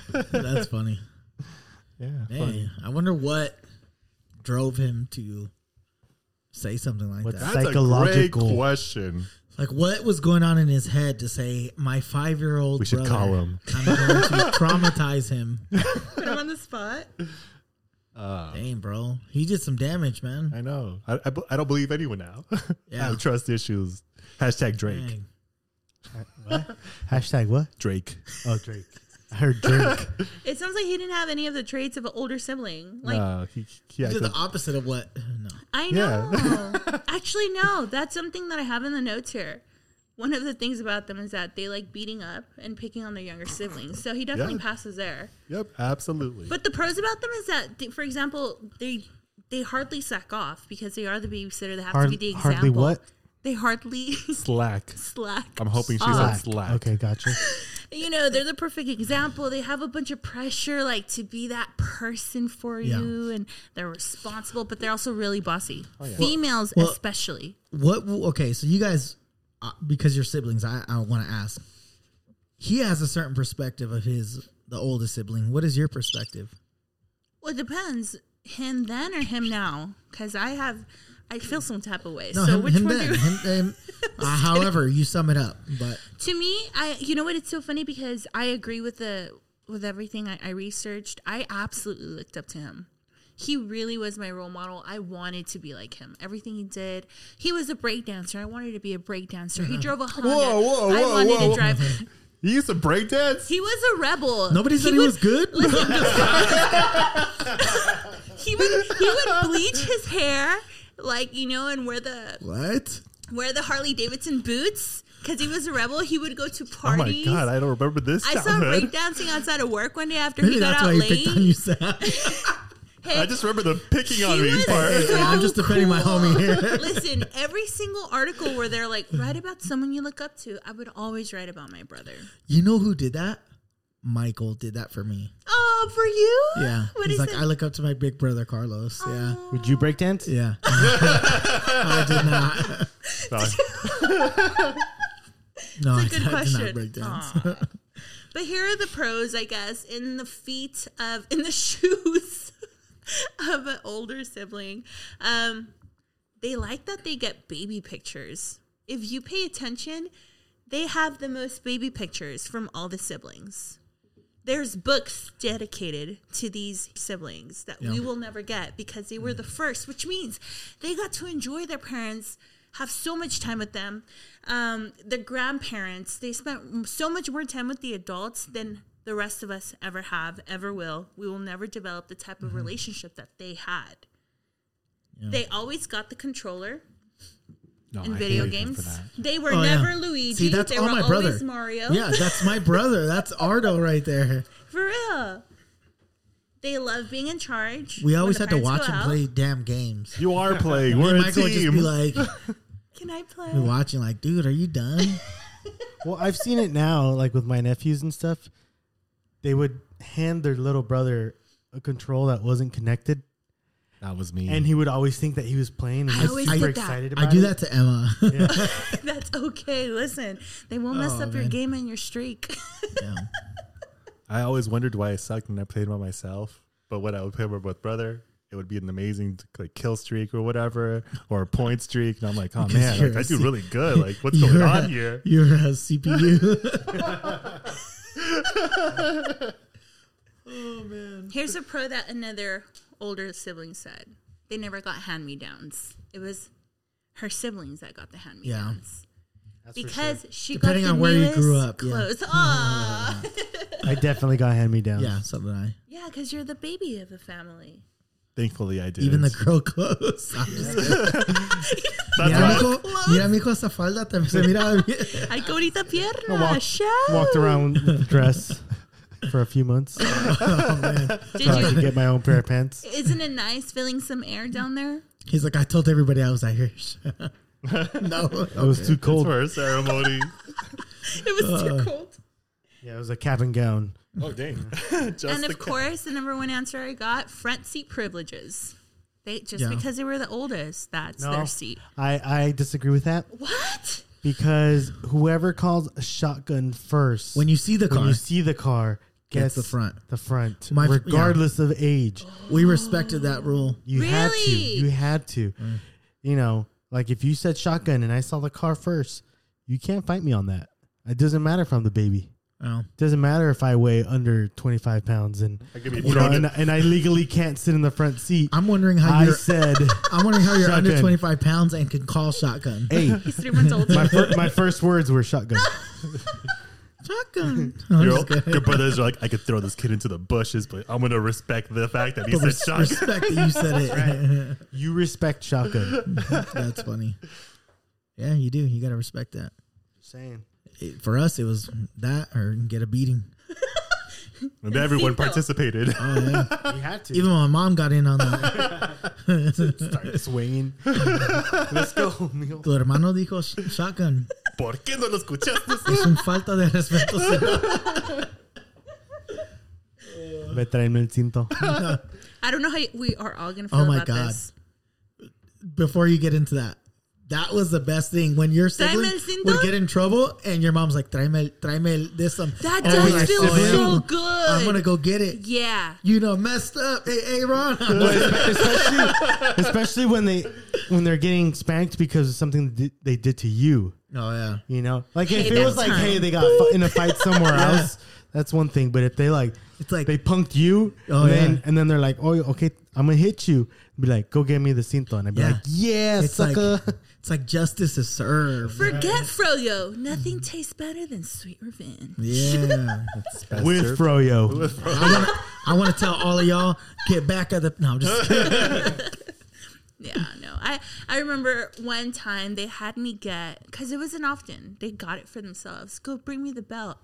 Speaker 1: That's funny.
Speaker 3: Yeah.
Speaker 1: Dang,
Speaker 3: funny.
Speaker 1: I wonder what drove him to say something like
Speaker 4: What's
Speaker 1: that.
Speaker 4: that?
Speaker 3: That's a
Speaker 4: Psychological.
Speaker 3: great question.
Speaker 1: Like, what was going on in his head to say, "My five-year-old
Speaker 3: We should
Speaker 1: brother,
Speaker 3: call him."
Speaker 1: I'm going to traumatize him."
Speaker 2: Put him on the spot.
Speaker 1: Damn, bro, he did some damage, man.
Speaker 3: I know. I, I, I don't believe anyone now. I
Speaker 1: Yeah.
Speaker 3: have trust issues. Hashtag Drake.
Speaker 1: Dang.
Speaker 4: Hashtag what?
Speaker 3: Drake.
Speaker 4: Oh, Drake. I heard Drake.
Speaker 2: It sounds like he didn't have any of the traits of an older sibling. Like
Speaker 3: Uh, he, he
Speaker 1: He did
Speaker 3: acted,
Speaker 1: the opposite of what? No,
Speaker 2: I
Speaker 3: Yeah.
Speaker 2: know. Actually, no. That's something that I have in the notes here. One of the things about them is that they like beating up and picking on their younger siblings. So he definitely
Speaker 3: Yeah.
Speaker 2: passes there.
Speaker 3: yep, absolutely.
Speaker 2: But the pros about them is that, they, for example, they they hardly slack off because they are the babysitter. They have
Speaker 4: Hard-
Speaker 2: to be the example.
Speaker 4: hardly what?
Speaker 2: They hardly
Speaker 3: Slack.
Speaker 2: slack.
Speaker 3: I'm hoping she
Speaker 2: off.
Speaker 3: said slack.
Speaker 4: Okay, gotcha.
Speaker 2: you know they're the perfect example they have a bunch of pressure like to be that person for
Speaker 1: Yeah.
Speaker 2: you and they're responsible but they're also really bossy
Speaker 1: Oh,
Speaker 3: yeah.
Speaker 2: females
Speaker 1: Well-
Speaker 2: especially
Speaker 1: What? Okay, so you guys, uh, because you're siblings, I, I want to ask. He has a certain perspective of his the oldest sibling. What is your perspective?
Speaker 2: well it depends him then or him now because i have i feel some type of way
Speaker 1: No,
Speaker 2: so
Speaker 1: him,
Speaker 2: which
Speaker 1: him
Speaker 2: one
Speaker 1: then.
Speaker 2: do
Speaker 1: him, him, uh, however, you sum it up. But
Speaker 2: to me i you know what it's so funny because i agree with the with everything I, I researched i absolutely looked up to him he really was my role model i wanted to be like him everything he did he was a breakdancer i wanted to be a breakdancer he drove a honda
Speaker 3: Whoa, whoa,
Speaker 2: i
Speaker 3: whoa,
Speaker 2: wanted
Speaker 3: whoa.
Speaker 2: to drive
Speaker 3: You used to break dance?
Speaker 2: he was a rebel
Speaker 1: nobody said he
Speaker 2: would-
Speaker 1: was good.
Speaker 2: he would he would bleach his hair like you know and wear the
Speaker 1: what?
Speaker 2: wear the harley davidson boots because he was a rebel he would go to
Speaker 3: Oh my
Speaker 2: parties
Speaker 3: god, I don't remember this
Speaker 2: I saw
Speaker 3: childhood.
Speaker 2: breakdancing outside of work one day after
Speaker 1: Maybe
Speaker 2: he got
Speaker 1: that's why
Speaker 2: out
Speaker 1: he
Speaker 2: late.
Speaker 1: picked on you, Sam.
Speaker 2: Hey,
Speaker 3: I just remember the picking
Speaker 2: he
Speaker 3: on me
Speaker 2: was
Speaker 3: part.
Speaker 2: so
Speaker 1: I'm just defending my
Speaker 2: cool.
Speaker 1: homie here.
Speaker 2: Listen, every single article where they're like, write about someone you look up to, I would always write about my brother.
Speaker 1: You know who did that? Michael did that for me.
Speaker 2: Oh, for you?
Speaker 1: Yeah.
Speaker 2: What
Speaker 1: He's
Speaker 2: is
Speaker 1: like,
Speaker 2: it? Oh.
Speaker 1: I look up to my big brother Carlos. Yeah.
Speaker 4: Would you break dance?
Speaker 1: Yeah. I did not. No, I,
Speaker 2: That's a good
Speaker 1: I did
Speaker 2: question.
Speaker 1: not break dance.
Speaker 2: Aw. but here are the pros, I guess, in the feet of in the shoes of an older sibling. Um, they like that they get baby pictures. If you pay attention, they have the most baby pictures from all the siblings. There's books dedicated to these siblings that we
Speaker 1: Yeah. Mm.
Speaker 2: will never get because they were the first, which means they got to enjoy their parents, have so much time with them. Um, the grandparents, they spent so much more time with the adults than the rest of us ever have, ever will. We will never develop the type
Speaker 1: Mm-hmm.
Speaker 2: of relationship that they had. They always got the controller
Speaker 3: No,
Speaker 2: in
Speaker 3: I
Speaker 2: video
Speaker 3: hated him for
Speaker 2: games.
Speaker 3: that.
Speaker 2: They were
Speaker 1: Oh, yeah.
Speaker 2: never Luigi.
Speaker 1: See, that's
Speaker 2: they
Speaker 1: all
Speaker 2: were
Speaker 1: my
Speaker 2: always
Speaker 1: brother.
Speaker 2: Mario.
Speaker 1: Yeah, that's my brother. That's Ardo right there.
Speaker 2: For real. They love being in charge.
Speaker 1: We
Speaker 2: when
Speaker 1: always
Speaker 2: the
Speaker 1: had to
Speaker 2: parents
Speaker 1: watch
Speaker 2: go
Speaker 1: him
Speaker 2: out.
Speaker 1: play damn games.
Speaker 3: You are playing.
Speaker 1: Me
Speaker 3: We're
Speaker 1: and
Speaker 3: a
Speaker 1: Michael would just be
Speaker 3: team.
Speaker 1: like,
Speaker 2: Can I play?
Speaker 1: be watching, like, dude, are you done?
Speaker 4: Well, I've seen it now, like with my nephews and stuff. They would hand their little brother a control that wasn't connected,
Speaker 3: that was me.
Speaker 4: and he would always think that he was playing. And
Speaker 2: I
Speaker 4: was
Speaker 2: always
Speaker 4: super
Speaker 2: did that.
Speaker 4: excited
Speaker 1: I
Speaker 4: about
Speaker 1: do
Speaker 4: it.
Speaker 1: that to Emma.
Speaker 2: That's okay. Listen, they won't mess
Speaker 1: Oh,
Speaker 2: up your
Speaker 1: man.
Speaker 2: game and your streak.
Speaker 1: Yeah.
Speaker 3: I always wondered why I sucked when I played by myself. But when I would play with brother, it would be an amazing like kill streak or whatever, or a point streak. And I'm like, oh man,
Speaker 1: you're
Speaker 3: like, I
Speaker 1: a
Speaker 3: do
Speaker 1: se-
Speaker 3: really good. Like, what's
Speaker 1: You're
Speaker 3: going
Speaker 1: a-
Speaker 3: on here?
Speaker 1: You're a CPU.
Speaker 2: Here's a pro that another older sibling said. They never got hand me downs. It was her siblings that got the hand me downs. Because she
Speaker 1: Depending
Speaker 2: got the
Speaker 1: on where you
Speaker 2: newest
Speaker 1: grew up, yeah.
Speaker 2: clothes. Aw.
Speaker 4: I definitely got hand me down.
Speaker 1: yeah, so did I.
Speaker 2: Yeah, because you're the baby of the family.
Speaker 3: Thankfully, I did.
Speaker 1: Even the girl clothes. I'm just kidding.
Speaker 3: That's
Speaker 1: Mira,
Speaker 3: why-
Speaker 1: mijo, mira, mijo, esa falda te- se mira bien.
Speaker 2: I go need the pierna.
Speaker 4: walk-
Speaker 2: show.
Speaker 4: Walked around with the dress for a few months
Speaker 2: Did
Speaker 4: so I
Speaker 2: you
Speaker 4: could get my own pair of pants.
Speaker 2: Isn't it nice feeling some air down there?
Speaker 1: He's like, I told everybody I was out here. No,
Speaker 4: It was too
Speaker 3: It's
Speaker 4: cold.
Speaker 3: for a ceremony.
Speaker 2: It was
Speaker 1: Uh,
Speaker 2: too cold.
Speaker 4: Yeah, it was a cap and gown.
Speaker 3: oh dang! Just
Speaker 2: And
Speaker 3: the
Speaker 2: of course, the number one answer I got front seat privileges. They just
Speaker 1: Yeah.
Speaker 2: because they were the oldest, that's
Speaker 4: No.
Speaker 2: their seat.
Speaker 4: I, I disagree with that
Speaker 2: What?
Speaker 4: because whoever calls a shotgun first,
Speaker 1: when you see the
Speaker 4: when
Speaker 1: car,
Speaker 4: you see the car,
Speaker 1: Gets
Speaker 4: gets
Speaker 1: the front.
Speaker 4: the front,
Speaker 1: My-
Speaker 4: regardless of age.
Speaker 1: we respected that rule.
Speaker 4: You had to.
Speaker 2: Really?
Speaker 4: You had to. You know, like if you said shotgun and I saw the car first, you can't fight me on that. It doesn't matter if I'm the baby.
Speaker 1: Oh,
Speaker 4: doesn't matter if I weigh under 25 pounds and
Speaker 3: I could be
Speaker 4: you know,
Speaker 3: thrown
Speaker 4: and,
Speaker 3: in-
Speaker 4: and I legally can't sit in the front seat.
Speaker 1: I'm wondering how
Speaker 4: I
Speaker 1: you're.
Speaker 4: said,
Speaker 1: I'm wondering how you're under
Speaker 4: Shotgun.
Speaker 1: 25 pounds and can call shotgun.
Speaker 4: "Hey,
Speaker 2: He's three months old.
Speaker 4: my fir- my first words were shotgun."
Speaker 1: Shotgun. No, I'm
Speaker 3: your,
Speaker 1: just kidding.
Speaker 3: your brothers are like, I could throw this kid into the bushes, but I'm gonna respect the fact that he
Speaker 1: But
Speaker 3: said
Speaker 1: res-
Speaker 3: shotgun.
Speaker 1: respect that you said it.
Speaker 4: You respect shotgun.
Speaker 1: That's funny. Yeah, you do. You got to respect that.
Speaker 4: Saying
Speaker 1: It- for us, it was that or get a beating. Oh,
Speaker 3: And everyone
Speaker 2: Seatbelt.
Speaker 3: participated.
Speaker 4: you had to
Speaker 1: Even my mom got in on that.
Speaker 4: start swinging. Let's go, Neil.
Speaker 1: Tu hermano dijo "Sh- shotgun.
Speaker 3: ¿Por qué no lo escuchaste?
Speaker 1: Es un falta de respeto. señor."
Speaker 4: Me traen el cinto.
Speaker 2: I don't know how you, we are all gonna feel
Speaker 1: Oh my
Speaker 2: about
Speaker 1: God.
Speaker 2: this.
Speaker 1: Before you get into that, that was the best thing when your
Speaker 2: Tráeme
Speaker 1: sibling
Speaker 2: el cinto?
Speaker 1: would get in trouble and your mom's like, "Tráeme, el- tráeme el- this one."
Speaker 2: That
Speaker 1: And
Speaker 2: does
Speaker 1: we're
Speaker 2: feel
Speaker 1: "Oh,
Speaker 2: so
Speaker 1: yeah,
Speaker 2: good.
Speaker 1: I'm gonna go get it.
Speaker 2: Yeah.
Speaker 1: You know, messed up. Hey, hey Ron.
Speaker 4: especially, especially when they when they're getting spanked because of something th- they did to you.
Speaker 1: Oh yeah.
Speaker 4: You know, like if
Speaker 2: Hey,
Speaker 4: it was
Speaker 2: that's
Speaker 4: like,
Speaker 2: time.
Speaker 4: hey, they got fu- in a fight somewhere else, that's one thing. But if they like,
Speaker 1: It's like-
Speaker 4: they punked you,
Speaker 1: Oh,
Speaker 4: and then
Speaker 1: yeah.
Speaker 4: and then they're like, oh, okay, I'm gonna hit you. Be like, go get me the cinto, and I'd be
Speaker 1: Yeah.
Speaker 4: like, yeah,
Speaker 1: It's like
Speaker 4: sucker.
Speaker 1: it's like justice is served.
Speaker 2: Forget Froyo. Nothing tastes better than sweet revenge.
Speaker 1: Yeah.
Speaker 4: with froyo.
Speaker 1: I want to. I want to tell all of y'all get back at the. No, I'm just. Kidding.
Speaker 2: Yeah, no. I I remember one time they had me get because it wasn't often they got it for themselves. Go bring me the belt,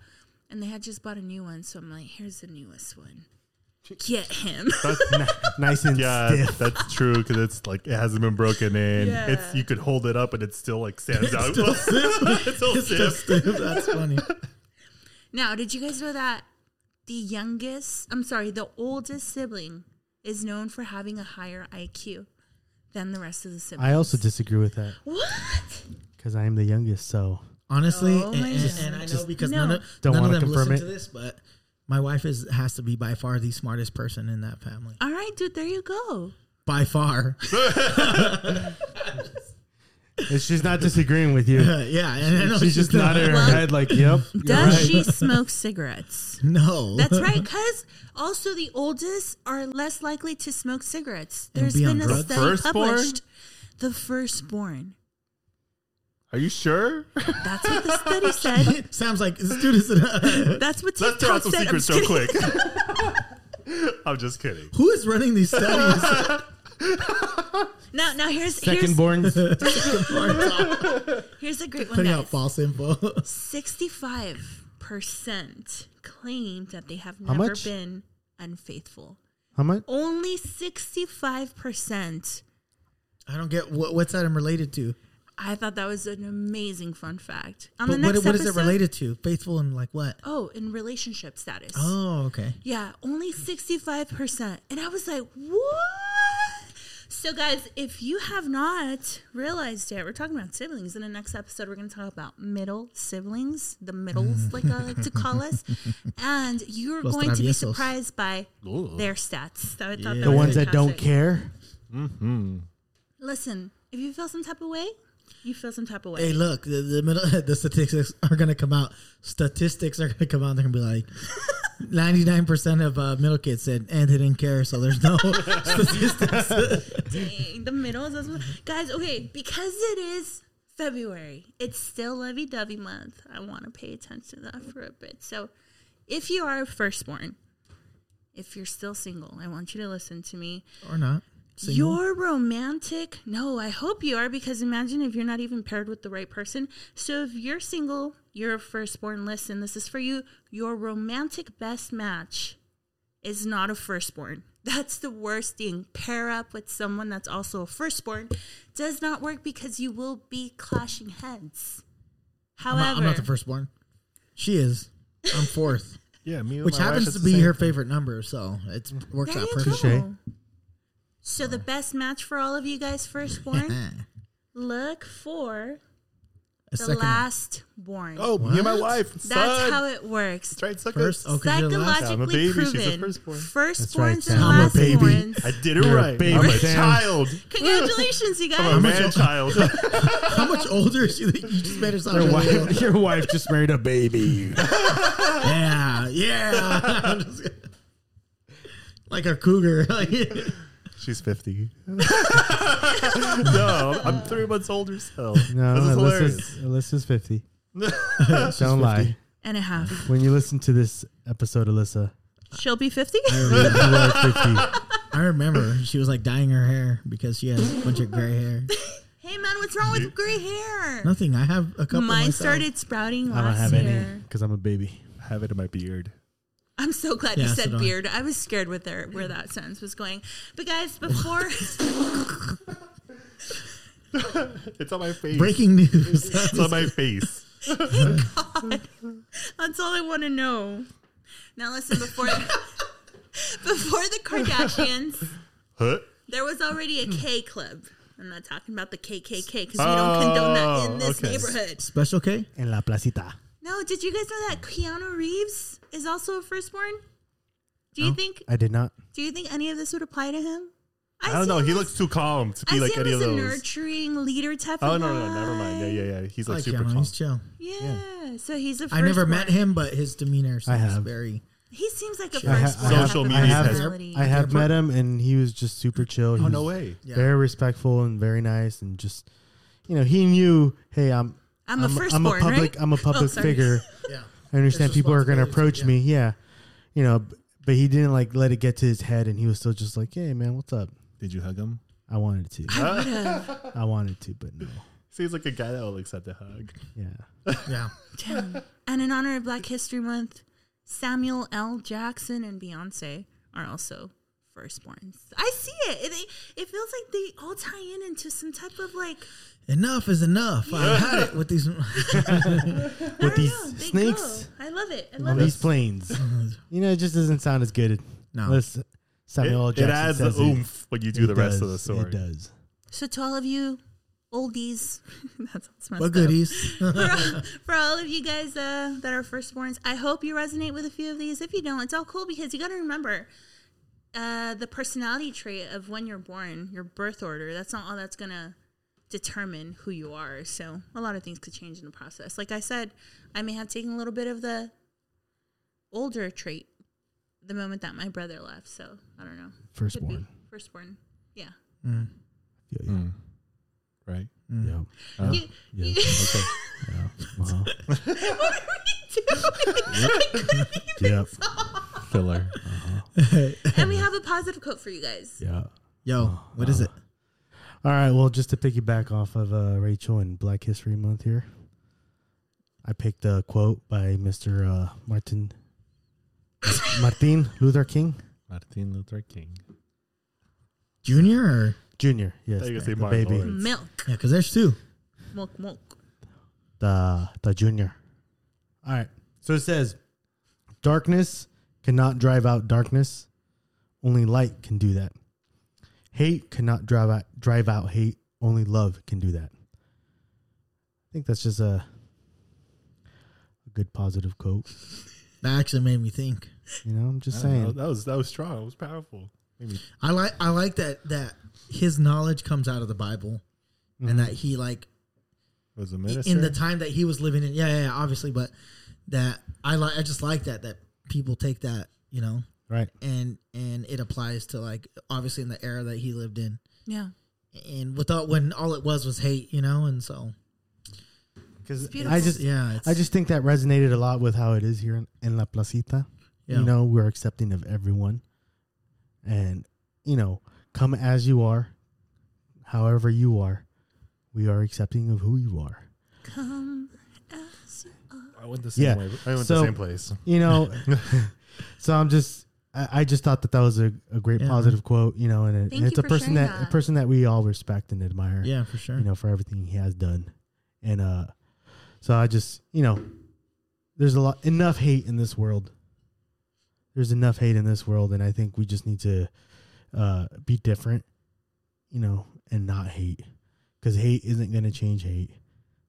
Speaker 2: and they had just bought a new one. So I'm like, here's the newest one. Get him.
Speaker 4: Ni- nice and
Speaker 3: Yeah,
Speaker 4: stiff.
Speaker 3: that's true because it's like it hasn't been broken in.
Speaker 2: Yeah.
Speaker 3: It's you could hold it up and it still like stands out. it's all
Speaker 1: It's
Speaker 3: stiff.
Speaker 1: just that's funny.
Speaker 2: now, did you guys know that the youngest? I'm sorry, the oldest sibling is known for having a higher IQ than the rest of the siblings.
Speaker 4: I also disagree with that
Speaker 2: what?
Speaker 4: because I am the youngest, so
Speaker 1: Honestly,
Speaker 2: Oh
Speaker 1: and,
Speaker 2: my
Speaker 1: and-
Speaker 2: God.
Speaker 1: and I know because
Speaker 2: No.
Speaker 1: none of,
Speaker 4: Don't
Speaker 1: none of
Speaker 4: wanna
Speaker 1: them
Speaker 4: confirm
Speaker 1: listen
Speaker 4: it.
Speaker 1: to this, but my wife is has to be by far the smartest person in that family.
Speaker 2: All right, dude. There you go.
Speaker 1: By far,
Speaker 4: And she's not disagreeing with you.
Speaker 1: yeah. And I know
Speaker 4: She's just nodding her
Speaker 2: Well,
Speaker 4: head like, yep. you're
Speaker 2: Does
Speaker 4: right.
Speaker 2: she smoke cigarettes?
Speaker 1: No,
Speaker 2: That's right, because also the oldest are less likely to smoke cigarettes.
Speaker 1: And
Speaker 2: There's
Speaker 1: be on
Speaker 2: been a
Speaker 1: drugs.
Speaker 2: study
Speaker 3: Firstborn?
Speaker 2: published. The firstborn.
Speaker 3: Are you sure?
Speaker 2: That's what the study said.
Speaker 1: Sam's like this dude is. an-
Speaker 2: That's what TikTok
Speaker 3: Let's throw out some
Speaker 2: said. I'm
Speaker 3: secrets
Speaker 2: just
Speaker 3: real
Speaker 2: kidding.
Speaker 3: quick. I'm just kidding.
Speaker 1: Who is running these studies?
Speaker 2: Now, now here's
Speaker 4: Second
Speaker 2: here's,
Speaker 4: born.
Speaker 2: here's a great one,
Speaker 1: Putting out
Speaker 2: guys.
Speaker 1: false info.
Speaker 2: Sixty-five percent claim that they have
Speaker 4: How
Speaker 2: never
Speaker 4: much?
Speaker 2: been unfaithful.
Speaker 4: How much?
Speaker 2: Only sixty-five percent.
Speaker 1: I don't get what, what's that related to.
Speaker 2: I thought that was an amazing fun fact. On
Speaker 1: But
Speaker 2: the
Speaker 1: what,
Speaker 2: next
Speaker 1: what is
Speaker 2: episode,
Speaker 1: it related to? Faithful and like what?
Speaker 2: Oh, in relationship status.
Speaker 1: Oh, okay.
Speaker 2: Yeah, only 65%. And I was like, what? So, guys, if you have not realized it, we're talking about siblings. In the next episode, we're going to talk about middle siblings, the middles,
Speaker 4: Mm.
Speaker 2: like I like to call us. And you're
Speaker 1: Los
Speaker 2: going to be
Speaker 1: traviesos.
Speaker 2: surprised by
Speaker 3: Ooh.
Speaker 2: their stats. So I thought
Speaker 1: Yeah.
Speaker 4: The
Speaker 2: was
Speaker 4: ones that don't
Speaker 2: fantastic.
Speaker 4: care.
Speaker 2: Listen, if you feel some type of way, you feel some type of way.
Speaker 1: Hey, look, the, the middle, the statistics are gonna come out. Statistics are gonna come out. They're gonna be like, ninety nine percent of uh, middle kids said, and they didn't care, so there's no statistics.
Speaker 2: Dang, the middle is what, guys. Okay, because it is February, it's still Levy Dovey month. I want to pay attention to that for a bit. So, if you are firstborn, if you're still single, I want you to listen to me.
Speaker 1: or not. Single.
Speaker 2: Your romantic, no, I hope you are because imagine if you're not even paired with the right person. So, if you're single, you're a firstborn. Listen, this is for you. Your romantic best match is not a firstborn. That's the worst thing. Pair up with someone that's also a firstborn does not work because you will be clashing heads.
Speaker 1: I'm
Speaker 2: However,
Speaker 1: not, I'm not the firstborn. She is. I'm fourth,
Speaker 3: Yeah, me and
Speaker 1: which
Speaker 3: my wife,
Speaker 1: happens
Speaker 3: it's
Speaker 1: to
Speaker 3: the
Speaker 1: be
Speaker 3: same
Speaker 1: her
Speaker 3: thing.
Speaker 1: favorite number, so it works
Speaker 2: There
Speaker 1: out
Speaker 2: you
Speaker 1: perfect.
Speaker 4: Touche.
Speaker 2: go. So the best match for all of you guys firstborn, look for
Speaker 1: A
Speaker 2: the
Speaker 1: second
Speaker 2: last born.
Speaker 3: Oh, me and my
Speaker 1: What?
Speaker 3: wife.
Speaker 2: That's
Speaker 3: son.
Speaker 2: how it works.
Speaker 3: That's right, suckers.
Speaker 1: first. Okay, you're the last.
Speaker 2: Psychologically
Speaker 3: I'm a baby, she's a
Speaker 2: proven.
Speaker 3: firstborn.
Speaker 4: That's right,
Speaker 2: Firstborns
Speaker 4: Sam.
Speaker 1: I'm a
Speaker 2: and
Speaker 1: baby.
Speaker 2: lastborns.
Speaker 3: I did it
Speaker 4: You're a
Speaker 3: right.
Speaker 4: baby,
Speaker 3: I'm a
Speaker 4: Sam.
Speaker 3: child.
Speaker 2: Congratulations, you
Speaker 3: I'm a
Speaker 2: guys.
Speaker 3: man child.
Speaker 1: How much older is she? that You just made her sound
Speaker 4: Your
Speaker 1: really old.
Speaker 4: wife, your wife just married a baby.
Speaker 1: Yeah, yeah. I'm just kidding. like a cougar. Like,
Speaker 3: She's 50. no, I'm three months older still.
Speaker 4: No,
Speaker 3: this is hilarious.
Speaker 4: Alyssa's, Alyssa's 50. Don't lie.
Speaker 2: And a half.
Speaker 4: When you listen to this episode, Alyssa,
Speaker 2: She'll be 50?
Speaker 4: you are 50.
Speaker 1: I remember she was like dyeing her hair because she has a bunch of gray hair.
Speaker 2: Hey, man, what's wrong with gray hair?
Speaker 1: Nothing. I have a couple.
Speaker 2: Mine
Speaker 1: myself.
Speaker 2: started sprouting
Speaker 4: I don't
Speaker 2: last
Speaker 4: have any
Speaker 2: year.
Speaker 4: because I'm a baby.
Speaker 3: I have it in my beard.
Speaker 2: I'm so glad
Speaker 1: Yeah,
Speaker 2: you
Speaker 1: so
Speaker 2: said
Speaker 1: do I.
Speaker 2: beard. I was scared with her, where that sentence was going. But, guys, before.
Speaker 3: It's on my face.
Speaker 1: Breaking news.
Speaker 3: It's on my face.
Speaker 2: That's all I want to know. Now listen, before before the Kardashians,
Speaker 3: Huh?
Speaker 2: there was already
Speaker 3: Hmm.
Speaker 2: a K club. I'm not talking about the KKK because we don't condone that in
Speaker 3: Oh,
Speaker 2: this
Speaker 3: okay.
Speaker 2: neighborhood.
Speaker 1: Special K.
Speaker 4: In La Placita.
Speaker 2: No, did you guys know that Keanu Reeves is also a firstborn? Do you think?
Speaker 4: I did not.
Speaker 2: Do you think any of this would apply to him?
Speaker 3: I don't
Speaker 2: see
Speaker 3: know.
Speaker 2: him
Speaker 3: He
Speaker 2: as-
Speaker 3: looks too calm to
Speaker 2: I
Speaker 3: be
Speaker 2: see
Speaker 3: like
Speaker 2: him
Speaker 3: any
Speaker 2: as a
Speaker 3: of those.
Speaker 2: nurturing leader type.
Speaker 3: Oh
Speaker 2: of
Speaker 3: no, no, no, never mind. Yeah,
Speaker 2: guy.
Speaker 3: yeah, yeah. He's
Speaker 1: I
Speaker 3: like,
Speaker 1: like
Speaker 3: super
Speaker 1: him.
Speaker 3: calm.
Speaker 1: He's chill.
Speaker 2: yeah. So he's a.
Speaker 1: I never met
Speaker 2: firstborn.
Speaker 1: him, but his demeanor seems
Speaker 4: have.
Speaker 1: very.
Speaker 2: He seems like a
Speaker 4: I
Speaker 2: firstborn.
Speaker 4: ha- I have-
Speaker 2: type of
Speaker 3: Social media has-
Speaker 2: personality.
Speaker 4: I have met him, and he was just super chill. He
Speaker 3: Oh
Speaker 4: was
Speaker 3: no way.
Speaker 1: Yeah.
Speaker 4: Very respectful and very nice, and just you know, he knew. Hey, I'm
Speaker 2: I'm a
Speaker 4: I'm a
Speaker 2: firstborn,
Speaker 4: public
Speaker 2: right?
Speaker 4: I'm a
Speaker 2: Oh,
Speaker 4: public
Speaker 2: sorry.
Speaker 4: figure.
Speaker 1: Yeah.
Speaker 4: I understand
Speaker 1: There's
Speaker 4: people are going to approach
Speaker 1: responsibilities,
Speaker 4: me. Yeah, you know, b- but he didn't like let it get to his head, and he was still just like, "Hey, man, what's up?"
Speaker 3: Did you hug him?
Speaker 4: I wanted to.
Speaker 2: I would have.
Speaker 4: I wanted to, but no.
Speaker 3: Seems like a guy that will accept a hug.
Speaker 4: Yeah.
Speaker 1: Yeah.
Speaker 2: Damn. and in honor of Black History Month, Samuel L. Jackson and Beyonce are also firstborns. I see it. It, it- it feels like they all tie in into some type of like
Speaker 1: Enough is enough. I had it with these.
Speaker 2: I
Speaker 4: With
Speaker 2: don't
Speaker 4: these
Speaker 2: know, they
Speaker 4: snakes
Speaker 2: Go. I love it. I
Speaker 4: on
Speaker 2: love
Speaker 4: these
Speaker 2: it.
Speaker 4: planes, you know, it just doesn't sound as good.
Speaker 1: No.
Speaker 4: unless Samuel L.
Speaker 3: It, it
Speaker 4: Jackson
Speaker 3: adds the
Speaker 4: says it.
Speaker 3: oomph when you do
Speaker 4: It
Speaker 3: the rest of the
Speaker 4: does. It
Speaker 3: story.
Speaker 4: does.
Speaker 2: So to all of you oldies, that's all smells.
Speaker 1: What goodies?
Speaker 2: for, all, for all of you guys uh, that are firstborns, I hope you resonate with a few of these. If you don't, it's all cool because you got to remember uh, the personality trait of when you're born, your birth order. That's not all that's going to determine who you are. So a lot of things could change in the process. Like I said, I may have taken a little bit of the older trait the moment that my brother left. So I don't know. Could be. Firstborn.
Speaker 4: Firstborn.
Speaker 2: Yeah.
Speaker 1: Mm.
Speaker 4: Yeah, yeah.
Speaker 3: Mm. Right.
Speaker 1: Mm.
Speaker 4: Yeah.
Speaker 3: Uh,
Speaker 2: You-
Speaker 4: Yeah.
Speaker 2: you-
Speaker 3: Okay.
Speaker 4: Yeah. Uh-huh.
Speaker 2: what are we doing? I couldn't even
Speaker 4: Yep.
Speaker 2: stop.
Speaker 3: Filler.
Speaker 2: and we have a positive quote for you guys.
Speaker 4: Yeah. Oh,
Speaker 1: Yo, what is it?
Speaker 4: All right. Well, just to piggyback off of uh, Rachel and Black History Month here, I picked a quote by Mr. Uh, Martin Martin Luther King
Speaker 3: Martin Luther King.
Speaker 1: Junior or
Speaker 4: Jr. Yes,
Speaker 3: thought you were gonna say
Speaker 4: the
Speaker 3: Martin
Speaker 4: baby,
Speaker 3: Lawrence.
Speaker 2: Milk,
Speaker 1: yeah? Because there's two.
Speaker 2: milk, milk.
Speaker 4: the the junior. All right. So it says, "Darkness cannot drive out darkness; only light can do that. Hate cannot drive out drive out hate; only love can do that." I think that's just a a good positive quote.
Speaker 1: That actually made me think.
Speaker 4: You know, I'm just
Speaker 3: I don't know.
Speaker 4: saying.
Speaker 3: That was that was strong. It was powerful. Made me
Speaker 1: I like I like that that his knowledge comes out of the Bible, and that he like
Speaker 3: was a minister.
Speaker 1: in the time that he was living in. Yeah, yeah, yeah, obviously, but that I like. I just like that that people take that you know
Speaker 4: Right.
Speaker 1: and and it applies to like obviously in the era that he lived in
Speaker 2: Yeah.
Speaker 1: and without when all it was was hate you know and so
Speaker 4: Because I
Speaker 2: beautiful.
Speaker 4: just
Speaker 1: yeah it's,
Speaker 4: I just think that resonated a lot with how it is here in, in La Placita.
Speaker 1: Yeah.
Speaker 4: You know, we're accepting of everyone. And, you know, come as you are, however you are, we are accepting of who you are.
Speaker 2: Come as you are.
Speaker 3: I went the same
Speaker 4: Yeah.
Speaker 3: way. I went
Speaker 4: So-
Speaker 3: the same place.
Speaker 4: You know, so I'm just, I, I just thought that that was a, a great
Speaker 1: Yeah.
Speaker 4: positive quote, you know, and, it,
Speaker 2: Thank
Speaker 4: and it's
Speaker 2: you
Speaker 4: a
Speaker 2: for
Speaker 4: person
Speaker 2: sharing
Speaker 4: that, a
Speaker 2: that.
Speaker 4: person that we all respect and admire.
Speaker 1: Yeah, for sure.
Speaker 4: you know, for everything he has done. And uh so I just, you know, there's a lot enough hate in this world. There's enough hate in this world and I think we just need to uh be different, you know, and not hate cuz hate isn't going to change hate.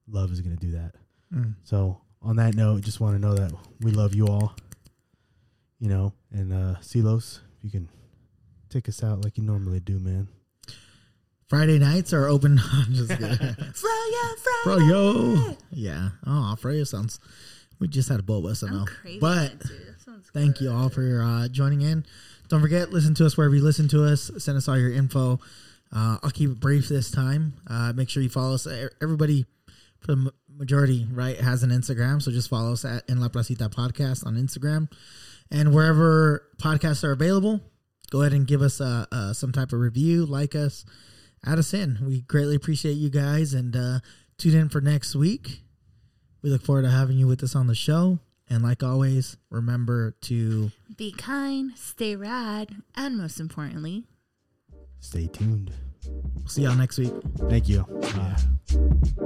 Speaker 4: Love is going to do that.
Speaker 1: Mm.
Speaker 4: So, on that note, just want to know that we love you all. You know, and uh Silos, if you can take us out like you normally do, man.
Speaker 1: Friday nights are open. I'm just kidding.
Speaker 2: Froyo, Froyo.
Speaker 1: Bro, yo. Yeah. Oh, Froyo sounds. We just had a boba, so no.
Speaker 2: I'm crazy.
Speaker 1: But
Speaker 2: That sounds
Speaker 1: thank you all for uh, joining in. Don't forget, listen to us wherever you listen to us. Send us all your info. Uh, I'll keep it brief this time. Uh, make sure you follow us. E- Everybody, for the ma- majority, right, has an Instagram. So just follow us at En La Placita Podcast on Instagram. And wherever podcasts are available, go ahead and give us uh, uh, some type of review, like us, add us in. We greatly appreciate you guys and uh, tune in for next week. We look forward to having you with us on the show. And like always, remember to
Speaker 2: Be kind, stay rad, and most importantly,
Speaker 4: Stay tuned.
Speaker 1: see y'all next week.
Speaker 4: Thank you. Bye.